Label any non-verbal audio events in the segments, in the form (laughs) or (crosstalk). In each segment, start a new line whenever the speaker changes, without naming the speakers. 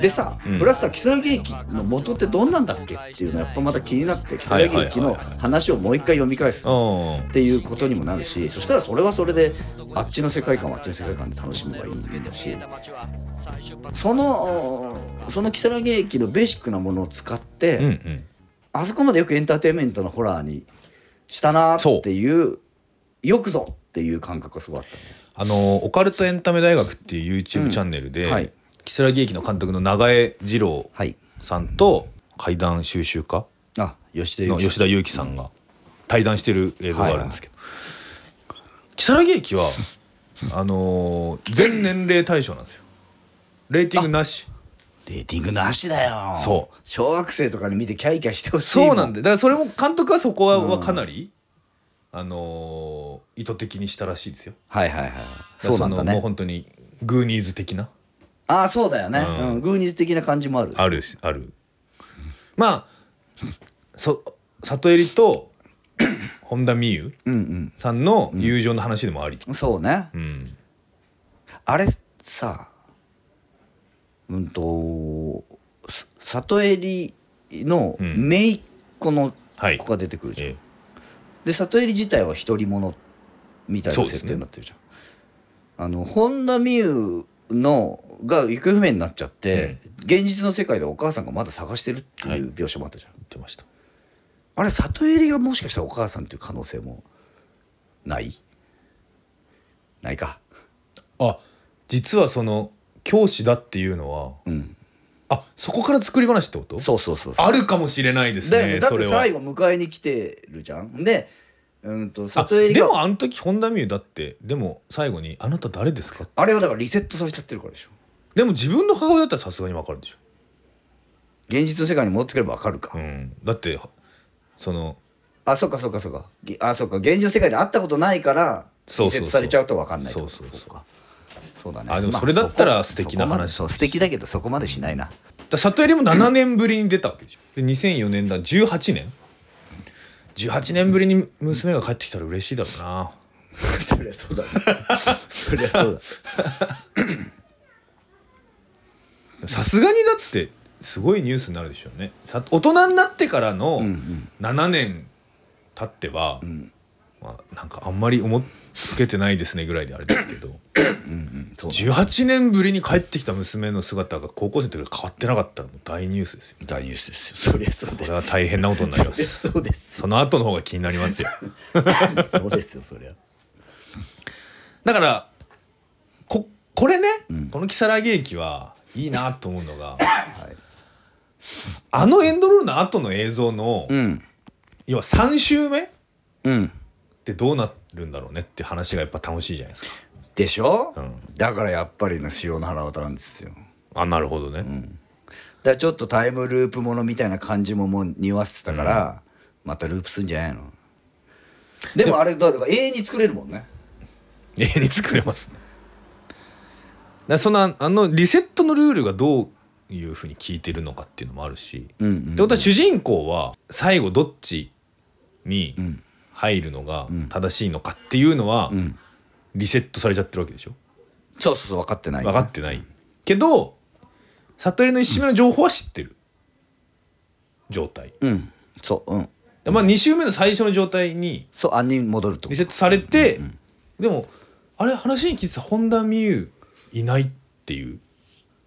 でさ、
うん
プラスさ、如月駅の元ってどんなんだっけっていうのはやっぱまた気になって、如月駅の話をもう一回読み返す
うん
っていうことにもなるし、そしたらそれはそれで、あっちの世界観はあっちの世界観で楽しむのがいいんだし、その、その如月駅のベーシックなものを使って、
うんうん
あそこまでよくエンターテインメントのホラーにしたなっていうよくぞっていう感覚がすごかったね。
あのオカルトエンタメ大学っていう YouTube チャンネルで、
うんはい
木更木駅の監督の長江二郎
はい。
さんと怪談収集家
あ、吉田
の
由紀
吉田裕樹さんが対談してる映像があるんですけど、木更木 (laughs) 駅はあのー全年齢対象なんですよレーティングなし
レーティングなしだよ。。
そう
小学生とかに見てキャイキャイしてほしいも。
そうなん
だ
でだからそれも監督はそこは,、かなりあのー意図的にしたらしいですよ
はいはいはい。そうなんだ
そのもう
ね。
本当にグーニーズ的な
ああ、そうだよね。
う
うんん。グーニーズ的な感じもある。
あるしあるまあそ里襟と本田望結
うん
さんの友情の話でもあり、
うん。そうね。
うん
あれさ、うんと、さ里襟の
うん
姪っ子の
はい
子が出てくるじゃん。
え
で里襟自体は独り者みたい
そう
な
です
設
ね
定になってるじゃん、あの本田望結のが行方不明になっちゃって、現実の世界でお母さんがまだ探してるっていう描写もあったじゃん、
言ってました
あれ里襟がもしかしたらお母さんっていう可能性もないないか
あ実はその教師だっていうのは
うん
あそこから作り話ってこと
そうそうそうそう
あるかもしれないです
だよね
ね
だっ
そ
て
れは
最後迎えに来てるじゃんでうんと
あ
里襟
で
が
も
あ
あの時本田望結だってでも最後に「あなた誰ですか?」
れはだからリセットされちゃってるからでしょ
でも自分の母親だったらさすがにわかるでしょ
現実の世界に戻ってくればわかるか、
うん、だってその
あそっかそっかそっかぎあそっか現実の世界で会ったことないから
そう
リセ
そうそう
ットされちゃうと分かんないってこと
そうそうそう
かそうだね
あでも
ま
それだったら
そこ
素敵
そ
な
こまで
話
そう素敵だけどそこまでしないな
だ里襟も7年ぶりに出たわけでしょで2004年だ18年18年ぶりに娘が帰ってきたら嬉しいだろうな
そりゃそうだ、ね、そりゃそう
さすがにだってすごいニュースになるでしょうねさ大人になってからの7年経っては、まあ、なんかあんまり思っけてないですねぐらいであれですけど
だ、うん、そう
18年ぶりに帰ってきた娘の姿が高校生の時から変わってなかったらもう大ニュースですよ
大ニュースですよそりゃそうで
こ
す
れは大変なことになり
(laughs)
ます
そうです
その後の方が気になりますよ
そうですよそりゃ
だからここれね、この如月駅 (coughs) はいいなと思うのが、あのエンドロールの後の映像の、
うん
要は3周目っ
うん
てどうなるんだろうねって話がやっぱ楽しいじゃないですか
でしょ、
うん
だからやっぱりね塩の腹渡なんですよ
あなるほどね、
だからちょっとタイムループものみたいな感じももう匂わせてたから、またループすんじゃないのでもあれだから永遠に作れるもんね
永遠に作れますねだからそのあのリセットのルールがどういうふうに効いてるのかっていうのもあるし、
うん、
ってことは主人公は最後どっちに入るのが正しいのかっていうのは
ん
リセットされちゃってるわけでしょ
そうそうそう分かってない
分かってないけど悟りの一周目の情報は知ってる状態
うんそううん
まあ2周目の最初の状態に
そうあんに戻るってこ
リ
と
セットされてでもあれ話に聞いてた本田望結いないっていう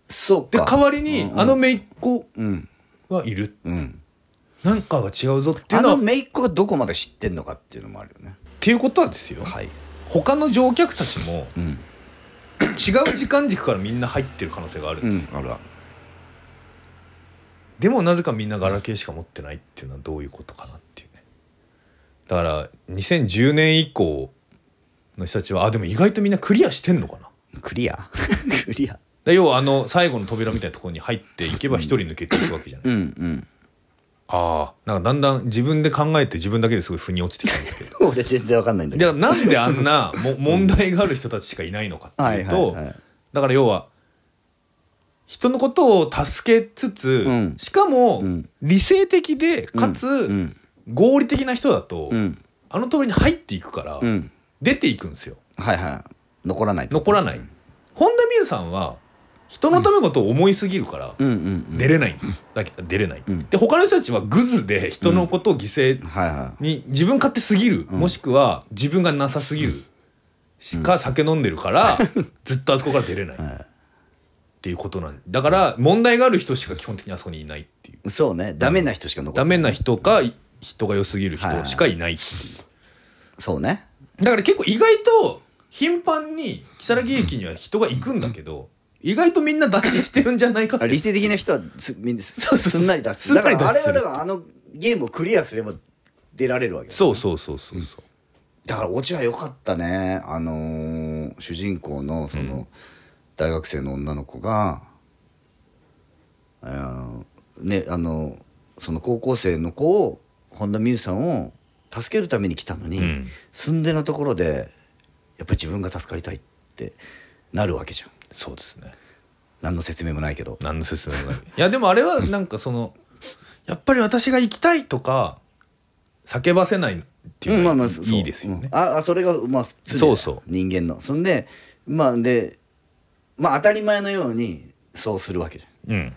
そう
で
か
代わりにあの姪っ子
うん
はいる
うん
なんかが違うぞってい
あ
うのは
の
っ
姪っ子がどこまで知ってんのかっていうのもあるよね
ていうことはですよ
はい
他の乗客たちも
うん
違う時間軸からみんな入ってる可能性がある、
うんあるある
でもなぜかみんなガラケーしか持ってないっていうのはどういうことかなっていうねだから2010年以降の人たちはあでも意外とみんなクリアしてんのかなだか
クリア (laughs) クリア
ら要はあの最後の扉みたいなところに入っていけば一人抜けていくわけじゃない、
うんうん
ああなんかだんだん自分で考えて自分だけですごい腑に落ちてきたんです (laughs) け
(laughs)
ど
俺全然分かんないんだけ
だ
ど
からなんであんなも問題がある人たちしかいないのかっていうと、
はいはいはい
だから要は人のことを助けつつ、
うん
しかも
ん
理性的でか
う
つ
ん
合理的な人だと、
うん
あの扉に入っていくから、
うん
出ていくんですよ
はいはい残らない
残らない、本田望結さんは人のためのことを思いすぎるから
うんうんうん
出れないんですだけ出れない、で他の人たちはグズで人のことを犠牲
はいは
に自分勝手すぎる、もしくは自分がなさすぎるしか酒飲んでる (laughs) から、ずっとあそこから出れない、っていうことなんだから問題がある人しか基本的にあそこにいないっていう
いそうねダメな人しか残って
ダメな人かい人が良すぎる人しかいないっていう、
そうね
だから結構意外と頻繁に如月駅には人が行くんだけど意外とみんな脱線してるんじゃないか
あ
説
理性的な人はすみんな
そ
す (laughs)
うそ
す
うそうん
なり出す
すん
だ
な
か
り脱
らあ
出
れ
す
は
る
だからあのゲームをクリアすれば出られるわけだ
そうそうそうそうそう
だからオチは良かったねあのー主人公のその、大学生の女の子が、えーねあのその高校生の子を本田望結さんを助けるために来たのに、
うん
住んでのところでやっぱり自分が助かりたいってなるわけじゃん
そうですね
何の説明もないけど
何の説明もない (laughs) いやでもあれはなんかそのやっぱり私が行きたいとか叫ばせないっていうの
ま
は
あまあそう
いいですよね、
うんああそれがまあ常だ
そうそう
人間のそんでまあでまあ当たり前のようにそうするわけじゃん
うん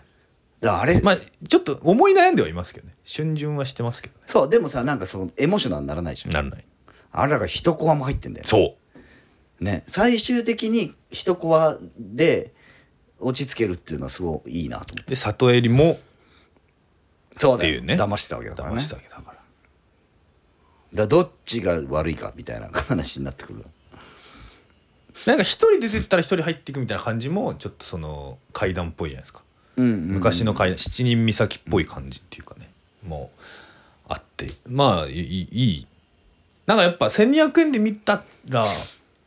だからあれ、
まあちょっと思い悩んではいますけどね春巡はしてますけどね
そうでもさなんかそのエモーショナルにならないじゃん
ならない
あれだから一コアも入ってんだよ
そう
ね最終的に一コアで落ち着けるっていうのはすごいいいなと思って
で里襟も
そう
だよっていうね
騙してたわけだからね
騙
だ
し
か
たわけだから
らどっちが悪いかみたいな話になってくる
なんか一人出てったら一人入っていくみたいな感じもちょっとその階段っぽいじゃないですか、
うん
昔の階段七人岬っぽい感じっていうかねもうあってまあいいいいなんかやっぱ1200円で見たら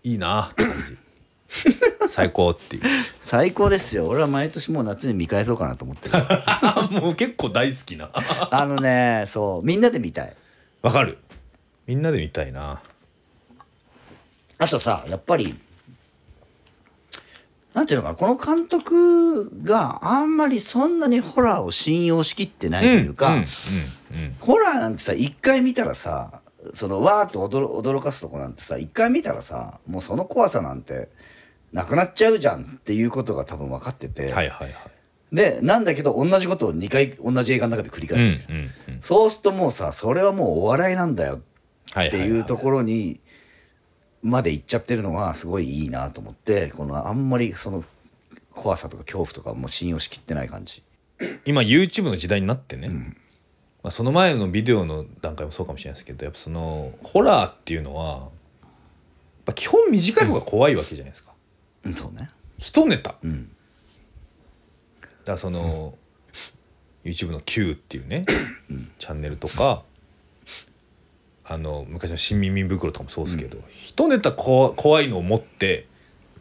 いいなって感じ最高っていう
最高ですよ俺は毎年もう夏に見返そうかなと思ってる
あもう結構大好きな
あのねそうみんなで見たい
わかるみんなで見たいな
あとさやっぱりなんていうのかなこの監督があんまりそんなにホラーを信用しきってないというか、
うんうんうん
ホラーなんてさ一回見たらさそのわーっと驚驚かすとこなんてさ一回見たらさもうその怖さなんてなくなっちゃうじゃんっていうことが多分分かってて、
はいはいはい
でなんだけど同じことを2回同じ映画の中で繰り
うん
返
う
す、
んうん
そうするともうさそれはもうお笑いなんだよ
は
っていうところにまで行っちゃってるのはすごいいいなと思ってこのあんまりその怖さとか恐怖とかもう信用しきってない感じ
今 YouTube の時代になってね、まあ、その前のビデオの段階もそうかもしれないですけどやっぱそのホラーっていうのはやっぱ基本短い方が怖いわけじゃないですか、
うんそうね (laughs)
一ネタだか
うん
らその、YouTube の Q っていうね、チャンネルとかあの昔の新耳袋とかもそうですけど、一ネタこ怖いのを持って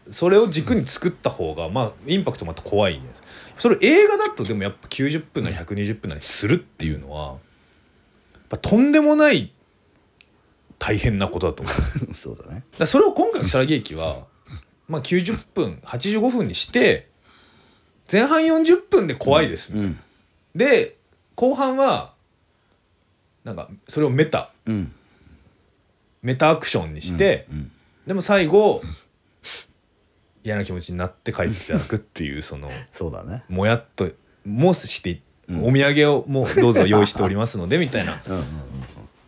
それを軸に作った方が、まあインパクトまた怖いんですそれ映画だとでもやっぱ90分なり120分なりするっていうのはやっぱとんでもない大変なことだと思うだか
そうだね
らそれを今回の「如月駅は」まあ、90分85分にして前半40分で怖いです、ね
うん
で後半はなんかそれをメタ
うん
メタアクションにして、
うん
でも最後嫌な気持ちになって帰っていただくっていうその
そうだね
もやっともうして、お土産をもうどうぞ用意しておりますのでみたいな
うんうん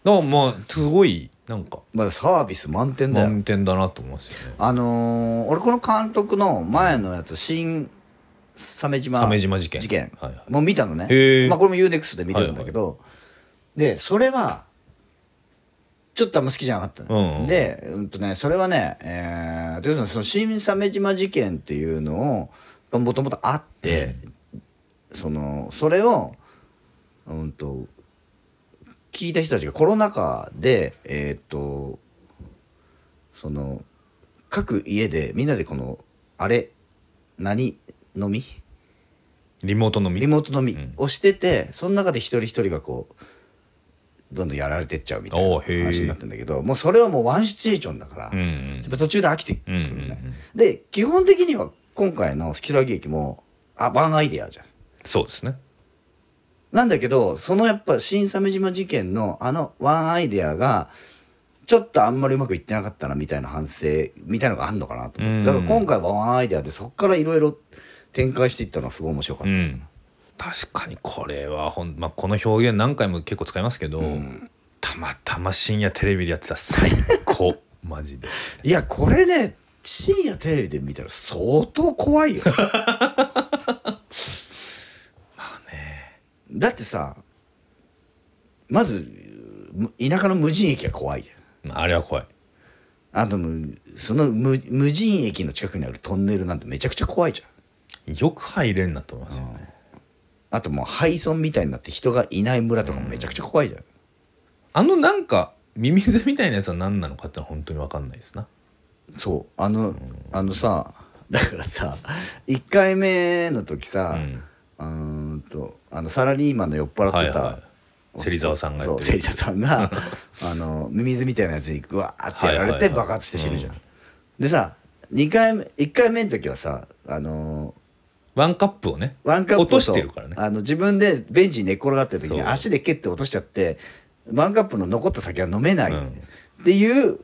のもうすごいなんか
まだサービス満点だよ、
満点だなと思いますよね。
あのー俺この監督の前のやつ新鮫島
鮫島事件
事件
はいはい
もう見たのね、
へー
まあ、これも UNEXT で見れるんだけど、でそれはちょっとあんま好きじゃなかったの、
うんうん
で、うんとね、それはね、えー、というのはその新鮫島事件っていうのをがもともとあって、そのそれを、うん、と聞いた人たちがコロナ禍でえっ、とその各家でみんなでこのあれ何飲み
リモートのみ
リモート飲み
うん
をしてて、その中で一人一人がこうどんどんやられてっちゃうみたい
お
な
うへえ
話になってんだけどもうそれはもうワンシチュエーションだから、
う
やっ
ん
ぱ途中で飽きてくるね、
うんうんうん
で基本的には今回の「スキラ劇」もあワンアイデアじゃん
そうですね。
なんだけどそのやっぱ新鮫島事件のあのワンアイデアがちょっとあんまりうまくいってなかったなみたいな反省みたいのがあんのかなと思って、だ
うん
から今回はワンアイデアでそこからいろいろ展開していったのはすごい面白かっ
う
た、
ん、確かにこれはほん、まあ、この表現何回も結構使いますけど、たまたま深夜テレビでやってた最
(laughs)
高マジで
いやこれね深夜テレビで見たら相当怖いよだってさまずむ田舎の無人駅が怖いじゃん
あれは怖い
あとむその無無人駅の近くにあるトンネルなんてめちゃくちゃ怖いじゃん
よく入れんなと思いますよね
あともう廃村みたいになって人がいない村とかもめちゃくちゃ怖いじゃん、
あのなんかミミズみたいなやつは何なのかってのは本当に分かんないですな
そうあの、あのさだからさ1回目の時さ、
うん
うーんとあのサラリーマンの酔っ払って
はいは
た
い芹沢さんがやって
そ
る
う芹沢さん
(laughs)
があのミミズみたいなやつにグワーってやられ
はいはい
て
はい
爆発して死ぬじゃん、でさ2回目1回目の時はさあの
ワンカップをね
ワンカップを
落としてるからね
あの自分でベンチに寝っ転がってる時に
そう
足で蹴って落としちゃってワンカップの残った酒は飲めない、
うん
っていう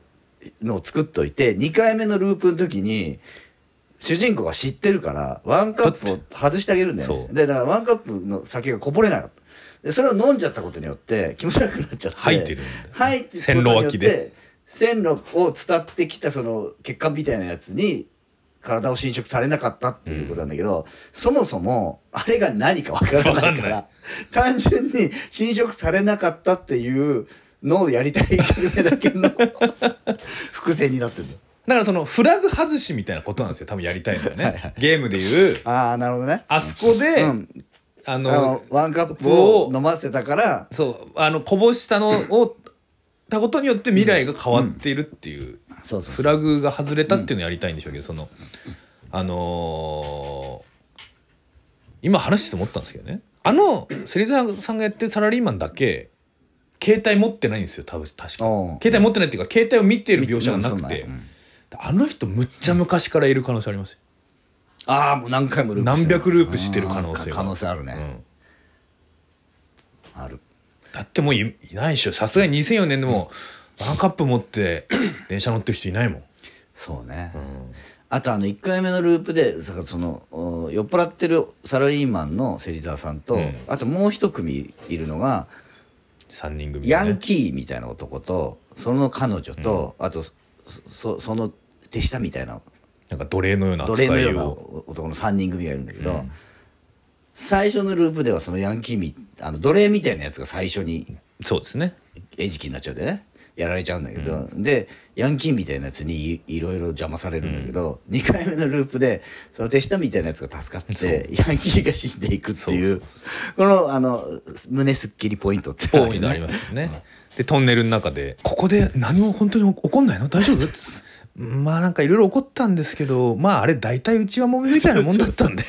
のを作っといて2回目のループの時に主人公が知ってるからワンカップを外してあげるんだよ
そ
ね
う
でだからワンカップの酒がこぼれなかったでそれを飲んじゃったことによって気持ち悪くなっちゃって
吐いてるんだよね
吐いてること
線
に
路
よって
脇で
線路を伝ってきたその血管みたいなやつに体を侵食されなかったっていうことなんだけど、そもそもあれが何かわから
わか
ない
ん
か
ない
ら単純に侵食されなかったっていうのをやりたい夢だけの伏線になってるんだよ
だからそのフラグ外しみたいなことなんですよ多分やりたいのはねゲームでいう
ああなるほどね
あそこで、
うん
あ
あ
の
のワンカップを飲ませたから
そうあのこぼしたのをたことによって未来が変わっているっていう、
そうそうそう
フラグが外れたっていうのをやりたいんでしょうけど、そのあのー今話してて思ったんですけどねあの芹沢さんがやってるサラリーマンだけ携帯持ってないんですよ多分確か
おう
携帯持ってないっていうか携帯を見てる描写がな
見
く
て
て、
るうん
あの人むっちゃ昔からいる可能性ありますよ、
ああもう何回もループして
何
る
百ループしてる可能性
あー
が
可能性ある
う
ね、
ん
ある
だってもういいないでしょさすがに2004年でもワンカップ持って (clears throat) 電車乗ってる人いないもん、
そうね、
うん
あとあの1回目のループでだからそのお酔っ払ってるサラリーマンの芹沢さんと、
うん
あともう一組いるのが
3人組
ヤ
のね
ンキーみたいな男とその彼女と、あとそそその手下みたいな
なんか奴隷のような
奴
扱
隷のよう
い
な
を
男の3人組がいるんだけど、最初のループではそのヤンキーみあの奴隷みたいなやつが最初に
そうですね
餌食になっちゃうでねやられちゃうんだけど、でヤンキーみたいなやつにいいろいろ邪魔されるんだけど、2回目のループでその手下みたいなやつが助かってヤンキーが死んでいくっていうこのあの胸すっきりポイントって
ポイントありますすよねでトンネルの中で「ここで何も本当に起こんないの大丈夫?」 (laughs) まあなんかいろいろ起こったんですけどまああれ大体うちはもめみたいなもんだったんで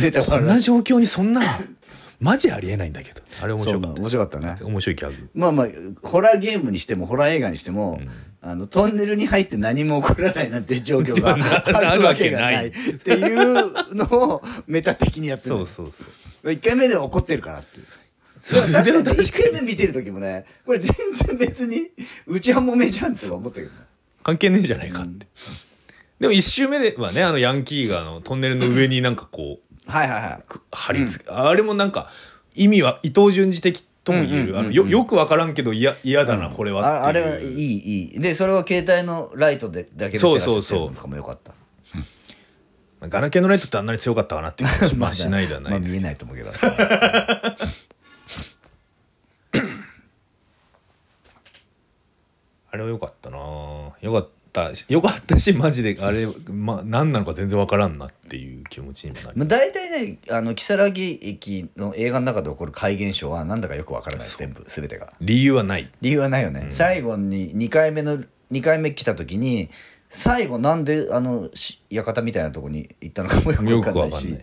ネタ
こ
バレ
ん
な
な
し
状況にそんなマジありえないんだけどあれ面
そう
白かっ
面白かったね
た面白いギャグ
まあまあホラーゲームにしてもホラー映画にしても、あのトンネルに入って何も起こらない (laughs) なんて状況があ
あ
る
る
わ
わ
け
け
が
な
ない
い
っていうのをメタ的にやってる
そうそうそう
1回目では怒ってるからっていう。
それでも
確かに1回目見てる時もねこれ全然別にうちはもめじゃんって思ったけどね
関係ねえじゃないかって、でも1周目ではねあのヤンキーがあのトンネルの上になんかこう
はいはいはい
く貼り付け、あれもなんか意味は伊藤潤二的とも言う,、あのよよく分からんけど嫌嫌だな、これは
ああ
って
れ
いう
はいいいいでそれは携帯のライトでだけで照
そ
ら
う
して
そ
る
うそう
のとかもよかった
ガラケーのライトってあんなに強かったかなっていう話 (laughs) まあしないではな
まあ
いです、
見えないと思うけど
あれはよかったなよかったしよかったしマジであれ、まあ、何なのか全然分からんなっていう気持ちにもなり
まあ大体ねあの如月駅の映画の中で起こる怪現象はなんだかよくわからない全部全てが
理由はない
理由はないよね、最後に2回目の2回目来た時に最後なんであのし館みたいなとこに行ったのかもよくわ
よ
かん
く
な
わ
い
かん
し
ない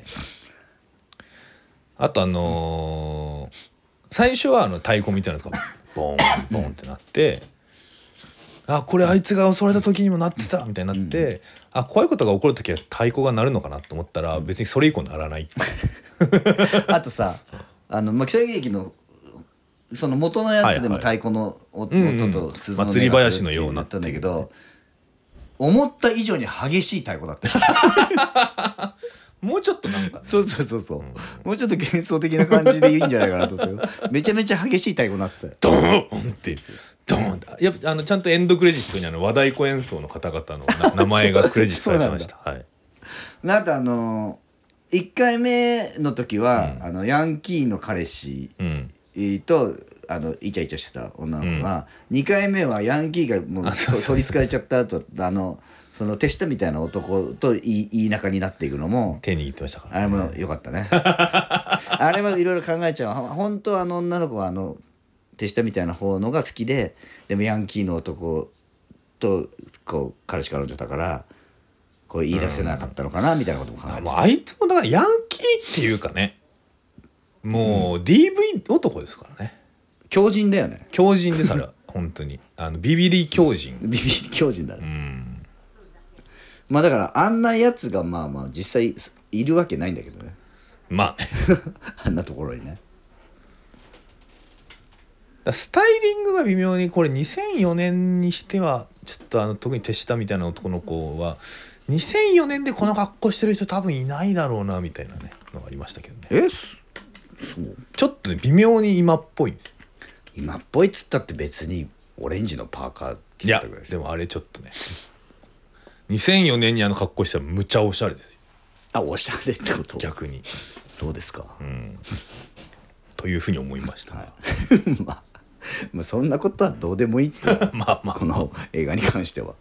あとあのー最初はあの太鼓みたいなのがボンボンってなってあこれあいつが襲われた時にもなってたみたいになって、あ怖いことが起こる時は太鼓が鳴るのかなと思ったら別にそれ以降鳴らないってい
(laughs)
う
あとさあの木更木駅のその元のやつでも
はいは
太鼓のお音
うんうん
と鈴の音がする
祭り林のような
って言ったんだけ
(laughs)
ど思った以上に激しい太鼓だったよ
もうちょっとなんかね、
そうそうそうそう、
うん
もうちょっと幻想的な感じでいいんじゃないかなと思ってめちゃめちゃ激しい太鼓なってたよ
ドーンってドーンってやっぱあのちゃんとエンドクレジットにあの和太鼓演奏の方々のな名前がクレジットされてましたはい
なんかあのー、1回目の時は、あのヤンキーの彼氏
うん
とあのイチャイチャしてた女の子が、2回目はヤンキーがもう
あそうそうそう
取りつかれちゃった後あのその手下みたいな男といいいい仲になっていくのも
手握ってましたから
あれも良かったね (laughs) あれもいろいろ考えちゃうほ本当はあの女の子はあの手下みたいな方のが好きででもヤンキーの男とこう彼氏彼女だからこう言い出せなかったのかなみたいなことも考え
あ
て
もう
た
あいつもだからヤンキーっていうかねもう DV 男ですからね
強靭だよね
強靭ですあ (laughs) れは本当にあのビビリ強靭
ビビリ強靭だ
う
ね
ん
まあだからあんなやつがまあまあ実際いるわけないんだけどね (laughs)
まあね
あんなところにね
だスタイリングが微妙にこれ2004年にしてはちょっとあの特に手下みたいな男の子は2004年でこの格好してる人多分いないだろうなみたいなねのがありましたけどね
えそそう
ちょっとね微妙に今っぽいんですよ
今っぽいっつったって別にオレンジのパーカー着
い
て
や
たぐらいでし
で
ょ
もあれちょっとね2004年にあの格好したらむちゃおしゃれですよ
あおしゃれってこと
逆に
そうですか、
というふうに思いましたね、
(laughs) まあ、まあそんなことはどうでもいいって (laughs)
(laughs) まあまあ
この映画に関しては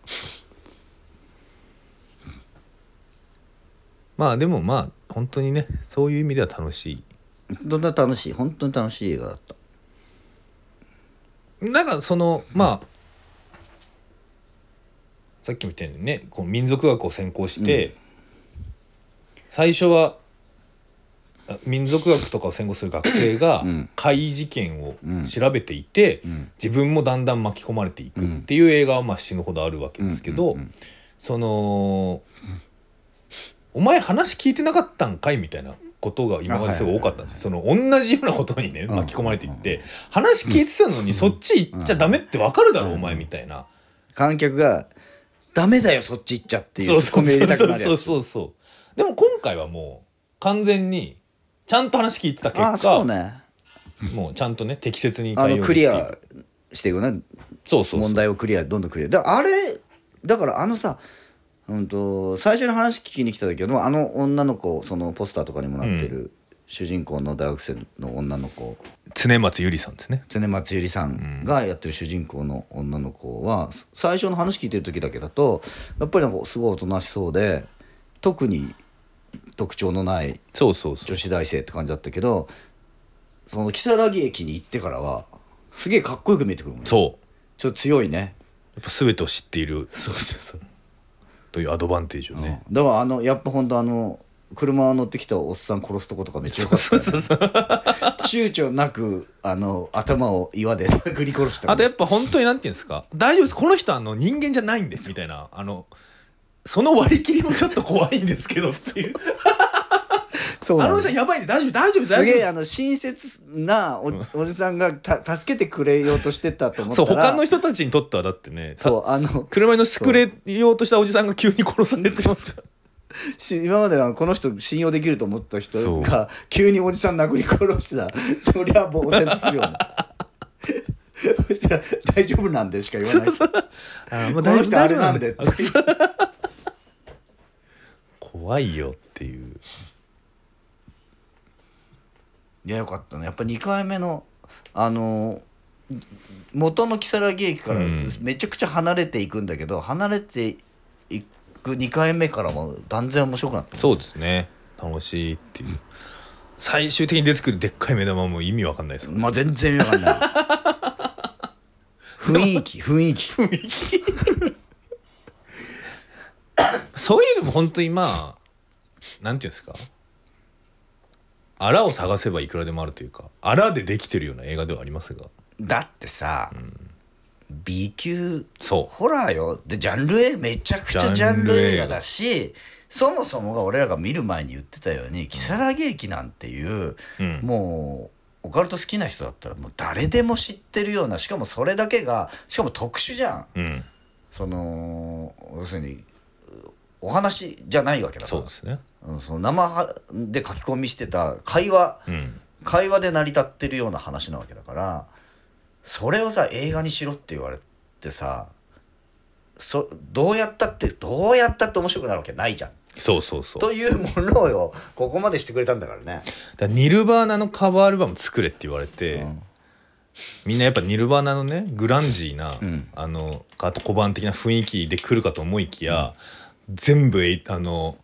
まあでもまあ本当にねそういう意味では楽し
(laughs) どんな楽しい本当に楽しい映画だった
いなんかそのまあさっきも言ったようにねこう民族学を専攻して、最初はあ民族学とかを専攻する学生が
ん
怪異事件を調べていて、自分もだんだん巻き込まれていくっていう映画はまあ死ぬほどあるわけですけど、その「お前話聞いてなかったんかい」みたいなことが今まですごい多かったんですよ、その同じようなことにね巻き込まれていって、話聞いてたのにそっち行っちゃダメってわかるだろ、お前みたいな。
観客が「ダメだよそっち行っちゃ」っていうツッコミ入れたくなる
そう
や
そう
つ
そうそうでも今回はもう完全にちゃんと話聞いてた結
ああ
果
そうね
もうちゃんとね適切に
あ
対応
の
でき
ク
てい
リ
る
アしていくね
そうそうそう
問題をクリアどんどんクリアだからあれだからあのさうんと最初に話聞きに来た時のあの女の子そのポスターとかにもなってる、主人公の大学生の女の子
常松ゆりさんですね
常松ゆりさんがやってる主人公の女の子は、す最初の話聞いてる時だけだとやっぱりなんかすごいおとなしそうで特に特徴のない
そうそうそう
女子大生って感じだったけどその如月駅に行ってからはすげえかっこよく見えてくるもんねちょ
そう
っと強いね
やっぱ全てを知っている
そうそうそう
というアドバンテージをね、
だからあのやっぱほんとあの車乗ってきたおっさん殺すとことかめっちゃ良かったよね、
そうそう
(laughs) 躊躇なくあの頭を岩で殴り殺した
あとやっぱ本当になんていうんですか大丈夫ですこの人あの人間じゃないんですみたいなあのその割り切りもちょっと怖いんですけどっていう
そうな
あ
んだ
の人やばいんで大丈夫大丈夫です
す
大丈夫
げ
で
えあ
す
の親切なおおじさんがた助けてくれようとしてたと思った
そう
ら
他の人たちにとってはだってねた
そうあの
車に乗せてくれようとしたおじさんが急に殺されてますよ
し今まではこの人信用できると思った人
そ
が急におじさん殴り殺したそりゃ呆然とするよ
(laughs)
ねそしたら「大丈夫なんで」しか言わない
(laughs) あーま
こ
あ大
の
丈夫
人あれなんで
大丈夫なんで怖いよっていう
いやよかったねやっぱ2回目のあのー元の如月駅から
うん
めちゃくちゃ離れていくんだけど、離れていく2回目からも断然面白くなった
そうですね楽しいっていう最終的に出てくるでっかい目玉も意味わかんないですよ
まあ全然意味わか (laughs) んない雰囲気雰囲気
そういうのも本当にまあなんていうんですかあらを探せばいくらでもあるというかあらでできてるような映画ではありますが
だってさ、B 級
そ
ホラーよでジャンル A めちゃくちゃジャンル映画だしそもそもが俺らが見る前に言ってたように如月駅なんていう、
うん
もうオカルト好きな人だったらもう誰でも知ってるようなしかもそれだけがしかも特殊じゃん
ううん
その要するにお話じゃないわけだか
そう
ら
ですね
あのその生はで書き込みしてた会話、
うん
会話で成り立ってるような話なわけだからそれをさ映画にしろって言われてさそどうやったってどうやったって面白くなるわけないじゃん。
そうそうそう
というものをここまでしてくれたんだからね。
だからニルバーナのカバーアルバム作れって言われて、
うん
みんなやっぱニルバーナのねグランジーな、
うん
あのあと小判的な雰囲気で来るかと思いきや、全部えあの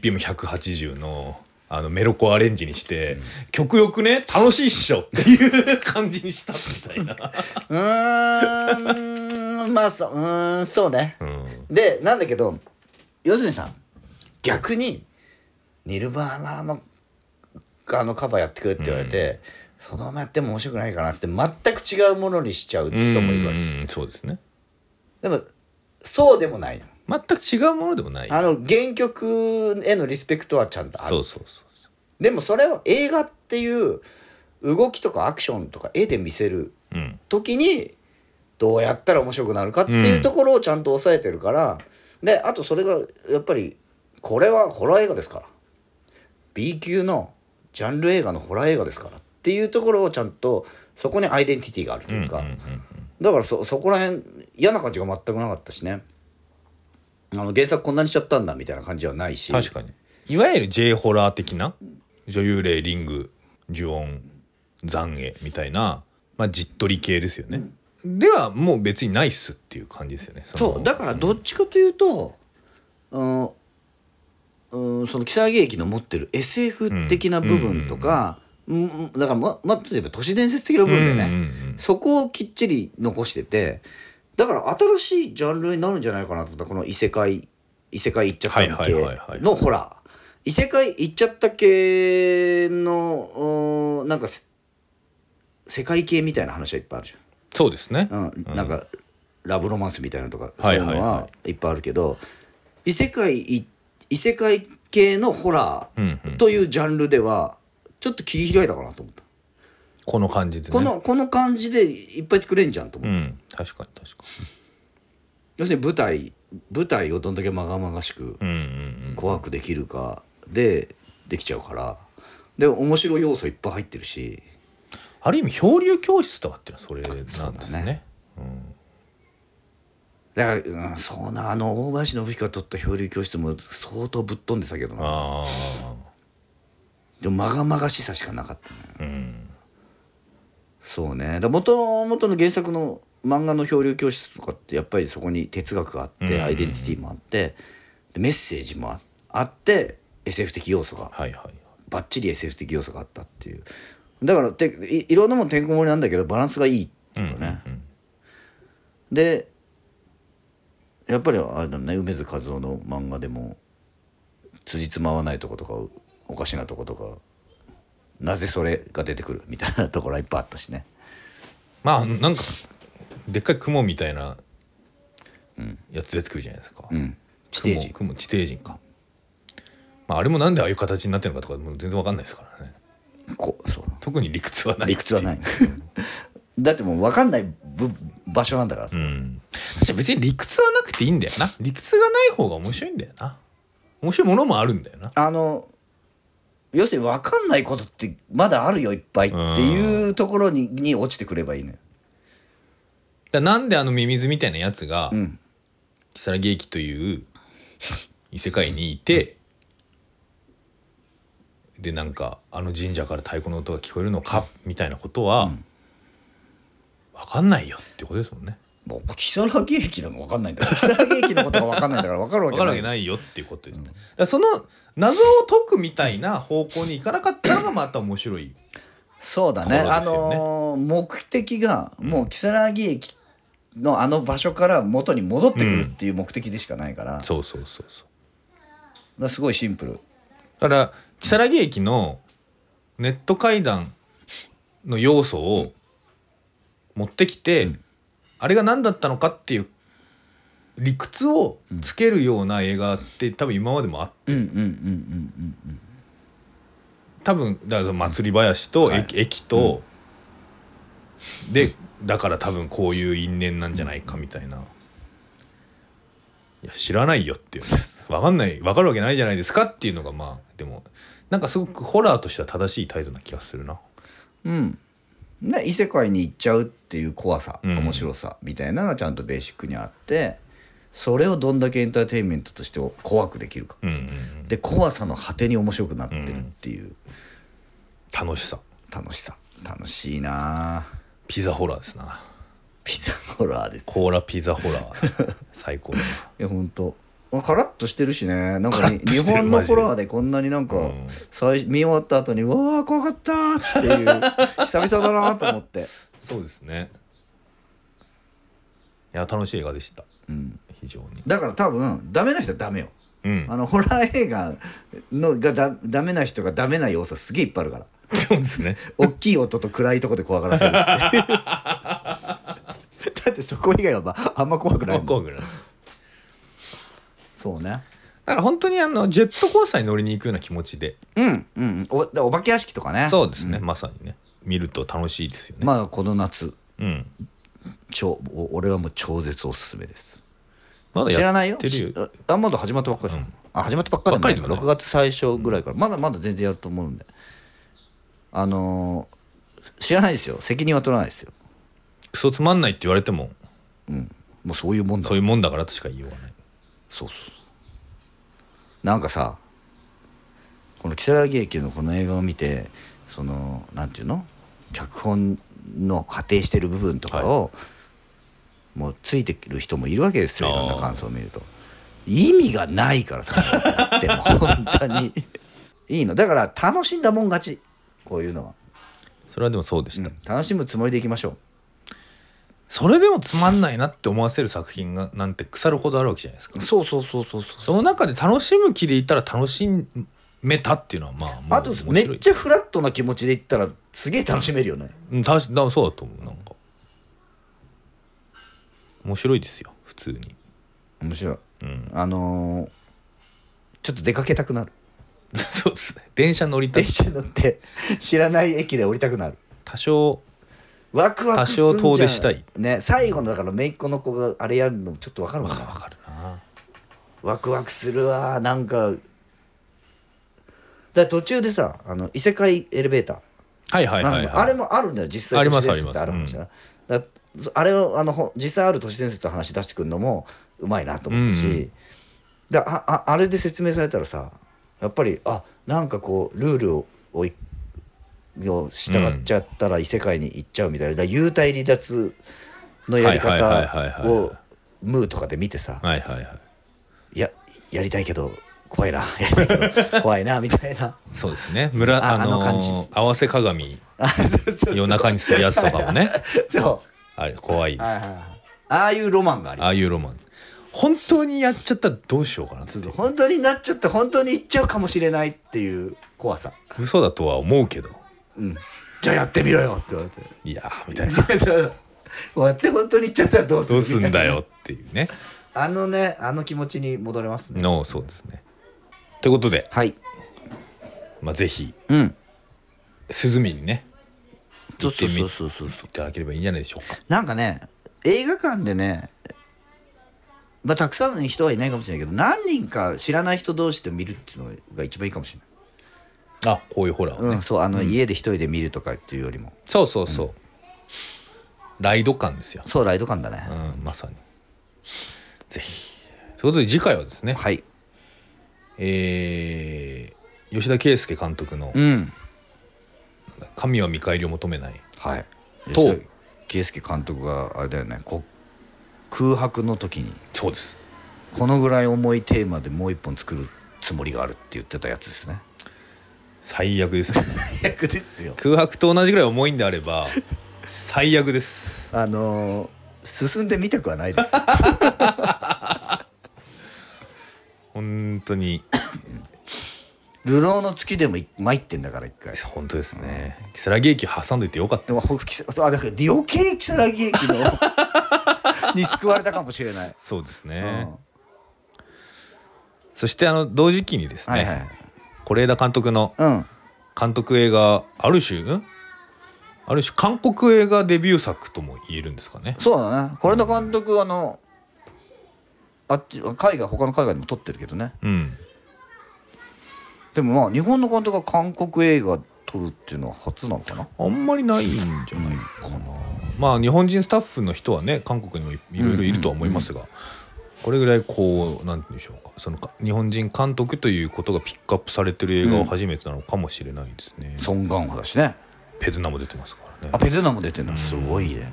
BPM180 のあのメロコアレンジにして、極力ね楽しいっしょっていう感じにしたみたいな、
うーんまあそううーんそうね。
うん、
でなんだけど要するにさ逆にニルバーナのあのカバーやってくれって言われて、そのままやっても面白くないかなっつって全く違うものにしちゃう人もいるわけ、
うんうんそうですね
でもそうでもないの
全く違うものでもない
あの原曲へのリスペクトはちゃんとあ
そ
る
うそうそう
でもそれを映画っていう動きとかアクションとか絵で見せる
うん
時にどうやったら面白くなるかっていうところをちゃんと抑えてるから、であとそれがやっぱりこれはホラー映画ですから B 級のジャンル映画のホラー映画ですからっていうところをちゃんとそこにアイデンティティがあるというか、
うんうんうん
だからそそこら辺嫌な感じが全くなかったしねあの原作こんなにしちゃったんだみたいな感じはないし
確かにいわゆる J ホラー的な女優霊リング呪音残影みたいな、まあ、じっとり系ですよね、ではもう別にないっすっていう感じですよねの
そうだからどっちかというと、うん、うんその木更木駅の持ってる SF 的な部分とか、うんだからまま例えば都市伝説的な部分だよね、
うんうんうん
そこをきっちり残しててだから新しいジャンルになるんじゃないかなと思ったこの異世界異世界行っちゃった
はいはいはいは
系
い
のホラー異世界行っちゃった系のうんなんかせ世界系みたいな話はいっぱいあるじゃん。
そうですね、
うん、
うん
なんかラブロマンスみたいなのとかそう
はいいうはいはい
のはいっぱいあるけど、異世界い異世界系のホラ
うんう
ー
ん
というジャンルではちょっと切り開いたかなと思った、
この感じでね
このこの感じでいっぱい作れんじゃんと思
う
う、
ん確かに確か
要するに舞台舞台をどんだけまがまがしく
にうんうん
怖くできるかでできちゃうからで面白い要素いっぱい入ってるし
ある意味漂流教室とかっていうのはそれなんです
そう
ね
だねだから、うん、そうなあの大林信彦が撮った漂流教室も相当ぶっ飛んでたけどな
あ
でもまがまがしさしかなかったね
あうん
そうねもともとの原作の漫画の漂流教室とかってやっぱりそこに哲学があって、
うんうんうん
アイデンティティもあってでメッセージもああって SF 的要素が
はいはい
ばっちり SF 的要素があったっていうだからていいろんなもんてんこ盛りなんだけどバランスがいいっていうかね、
うん
でやっぱりあれだね梅津和夫の漫画でも辻褄合わないとことかおかしなとことかなぜそれが出てくるみたいなところはいっぱいあったしね。
まあなんかでっかい雲みたいなやつ出てくるじゃないですか、
うん、地底人
雲雲地底人か、まあ、あれもなんでああいう形になってるのかとかもう全然わかんないですからね
こうそう
特に理屈はない
理屈はない、 (laughs) だってもう分かんないぶ場所なんだからさ、
うん、私別に理屈はなくていいんだよな理屈がない方が面白いんだよな面白いものもあるんだよな
あの要するに分かんないことってまだあるよいっぱいっていうところに,、に落ちてくればいいのよ。
だなんであのミミズみたいなやつが
うん
如月駅という異世界にいてでなんかあの神社から太鼓の音が聞こえるのかみたいなことは、わかんないよってことですもんね。
もう木更木駅なんか分かんないんだから木更木駅のことが分かんないんだから分かるわ
わ
け
かる
な
わ
い
けないよっていうことですね。だからその謎を解くみたいな方向に行かなかったのがまた面白い。
そうだね
ところ
あ
ですよね
のー目的がもう木更木駅のあの場所から元に戻ってくるっていう目的でしかないから,、だか
そうそうそうそう。
らすごいシンプル。
だから木更木駅のネット会談の要素を持ってきて、あれが何だったのかっていう理屈をつけるような映画って多分今までもあっ
うんうんうんうんうん
多分だからその祭り林と駅,、駅と、でだから多分こういう因縁なんじゃないかみたいな。いいや知らないよっていう (laughs) 分かんない分かるわけないじゃないですかっていうのがまあでもなんかすごくホラーとしては正しい態度な気がするな
うん、で異世界に行っちゃうっていう怖さ、
うん
面白さみたいなのがちゃんとベーシックにあってそれをどんだけエンターテインメントとして怖くできるか、
うんうんうん
で怖さの果てに面白くなってるっていう
楽しさ
楽しさ楽しいなあ
ピザホラーですな
ピザホラーですい
コーラピザホラー (laughs) 最高だ
やほんとまあカラッとしてるしねなん
カ
か
ラ
に
ッとし
日
てる
本の
マジで
ホラーでこんなになんか、
うん
最見終わった後に「うわあ怖かった」っていう久々だなと思って
そうですねいや楽しい映画でした、非常に
だから多分ダメな人はダメよ
うん
あのホラー映画のがだダメな人がダメな要素すげえいっぱいあるから
そうですね
大きい音と暗いとこで怖がらせるって
(laughs)
いうだってそこ以外はまああんま怖くないもん
怖くないだ
そうね
から本当にあのジェットコースターに乗りに行くような気持ちで
うんうんおだお化け屋敷とかね
そうですね、まさにね見ると楽しいですよね、
まあこの夏
うん
超お俺はもう超絶おすすめです
まだ
知ら
や
ないよ
ってるよ
しあまだ始まったばっかりです、
うん
あ始まったばっかりでもないか
ばっかりでもない
6月最初ぐらいから、まだまだ全然やると思うんであのー知らないですよ責任は取らないですよ
クソつまんないって言われても
もうそういうもんだ
そういうもんだからとしか言いようがない
そうそうなんかさこの木更木駅のこの映画を見てそのなんていうの脚本の仮定してる部分とかを、もうついてくる人もいるわけですよい
あー
ろんな感想を見ると意味がないからさ (laughs) でも本当にいいのだから楽しんだもん勝ちこういうのは、
それはでもそうでした、
うん楽しむつもりでいきましょう
それでもつまんないなって思わせる作品がなんて腐るほどあるわけじゃないですか
そうそうそうそうそう
その中で楽しむ気でいたら楽しめたっていうのはまあもう
あと
面
め
白い
っちゃフラットな気持ちでいったらすげえ楽しめるよね
うん確かだからそうだと思うなんか面白いですよ普通に (laughs)
面白い
うん
あのーちょっと出かけたく
(laughs)
なる
そうですね電車乗りたい
電車乗って知らない駅で降りたくなる
多少
ワクワクすんじゃん
多少遠出したい
ね最後のだから姪っ子の子があれやるのもちょっとわかるも
わ
ん
か
な
わかるな
ワクワクするわなんかだから途中でさあの異世界エレベーター
はいはいは
なん
い、はい、
かあれもあるんだよ実際
あります
都市伝説ってある話だ,、だからそあれをあのほ実際ある都市伝説の話出してくるのもうまいなと思ったし、
うんう
だあああれで説明されたらさやっぱりあなんかこうルールををいを従っちゃったら異世界に行っちゃうみたいな、だから幽体離脱のやり
はいはいはいはい
方
はい
をムーとかで見てさ、
はいはいはい
いややりたいけど怖いな (laughs) やりたいけど怖いなみたいな。
そうですね村
あ
あ
あの
の
感じ
合わせ鏡
あそうそうそう
夜中にするやつとかもね
そう
(laughs) あれ怖いです
はいはいはいああいうロマンがあります
ああいうロマン本当にやっちゃったらどうしようかなって
そうそう本当になっちゃって本当に行っちゃうかもしれないっていう怖さ
嘘だとは思うけど
じゃあやってみろよって言われて
いやーみたい
(laughs)
な
そうそうこうやって本当に行っちゃったら (laughs) どうする
どうすんだ
み
よっていうね
たいなあのねあの気持ちに戻れますね
のそうですねということで、
はい
まあ、ぜひ
うん
涼みにね
そう
行って
そう
み
そうそうそう
いただければいいんじゃないでしょうか
なんかね映画館でねまあたくさんの人はいないかもしれないけど何人か知らない人同士で見るっていうのが一番いいかもしれない
あこういうホラーをね、
うんそうあの家で一人で見るとかっていうよりも
そうそうそう、ライド感ですよ、
そうライド感だね
うん、まさにぜひということで次回はですね、
はい
えー吉田圭佑監督の
うん
「神は見返りを求めない
はい。
と
と圭介監督があれだよねこ空白の時に」
そうです
このぐらい重いテーマでもう一本作るつもりがあるって言ってたやつですね。
最悪です、ね、 (laughs)
役ですよ。
空白と同じぐらい重いんであれ (laughs) ば最悪です
あのー進んでみたくはないです。
本当に
流浪の月でもい参ってんだから一回。
本当ですね如月駅挟んでいてよかった
でもほきあだから余計木更木駅のに救われたかもしれない。
そうです
う
ね
ん、
そしてあの同時期にですね、
はいはい。
是枝監督の
うん。
監督映画ある種んある種韓国映画デビュー作とも言えるんですかね
そうだね。これの監督、あのあっち海外他の海外でも撮ってるけどね
うん
でもまあ日本の監督が韓国映画撮るっていうのは初なのかな
あんまりないんじゃないかな、まあ日本人スタッフの人はね韓国にもいいろいろいるとは思いますが、これぐらいこうなんて言うんでしょうかそのか日本人監督ということがピックアップされてる映画は初めてなのかもしれないですね、
ソン・ガンホだしね
ペドナも出てますからね
あペテナも出てるのすごいね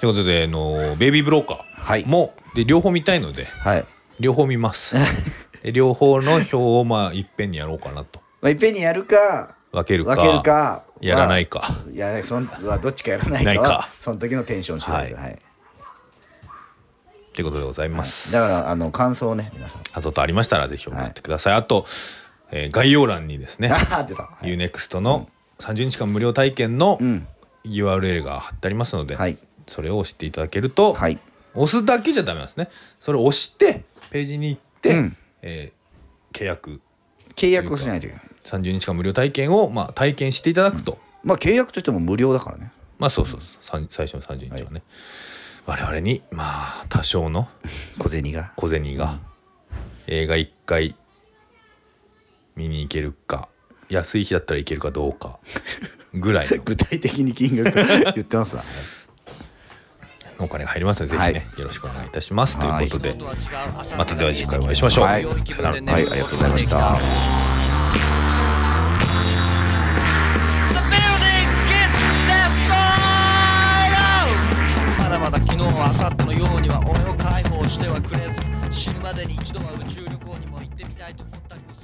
ということであのベイビー・ブローカ
はい
ーも、で両方見たいので
はい、
両方見ます
(laughs)
で両方の表をまあいっぺんにやろうかなと
まあ、いっぺんにやるか
分けるか
分けるか
やらない
か
か、
いやそんはどっちかやらない
な
か
い
は
か
その時のテンション次第で、はい
ということでございます、
だからあの感想をね皆さん
あとありましたらぜひ送ってください、あと、えー概要欄にですね
あー出た、はい
UNEXT の30日間無料体験の
ん
URL が貼ってありますので、
はい
それを押していただけると、
はい
押すだけじゃダメなんですねそれを押してページに行って、
うん
えー契約
契約をしないといけない
30日間無料体験を、まあ、体験していただくと、
まあ契約としても無料だからね
まあそうそうそうさん最初の30日はね、我々にまあ多少の
小銭が
小銭が、映画1回見に行けるか安い日だったら行けるかどうかぐらいの
具体的に金額 (laughs) 言ってますな
お金が入りますのでぜひね、よろしくお願いいたしますということでま
ま
た
た
で
で
は
は
次回
次
お
回
会い
お会い
し
し
まし
まし
ょ
ょ
う
う。
はい
さよなら
はいありがとうございました
まだまだ昨日明後日のようには俺を解放してはくれず死ぬまでに一度は宇宙旅行にも行ってみたいと思ったりもする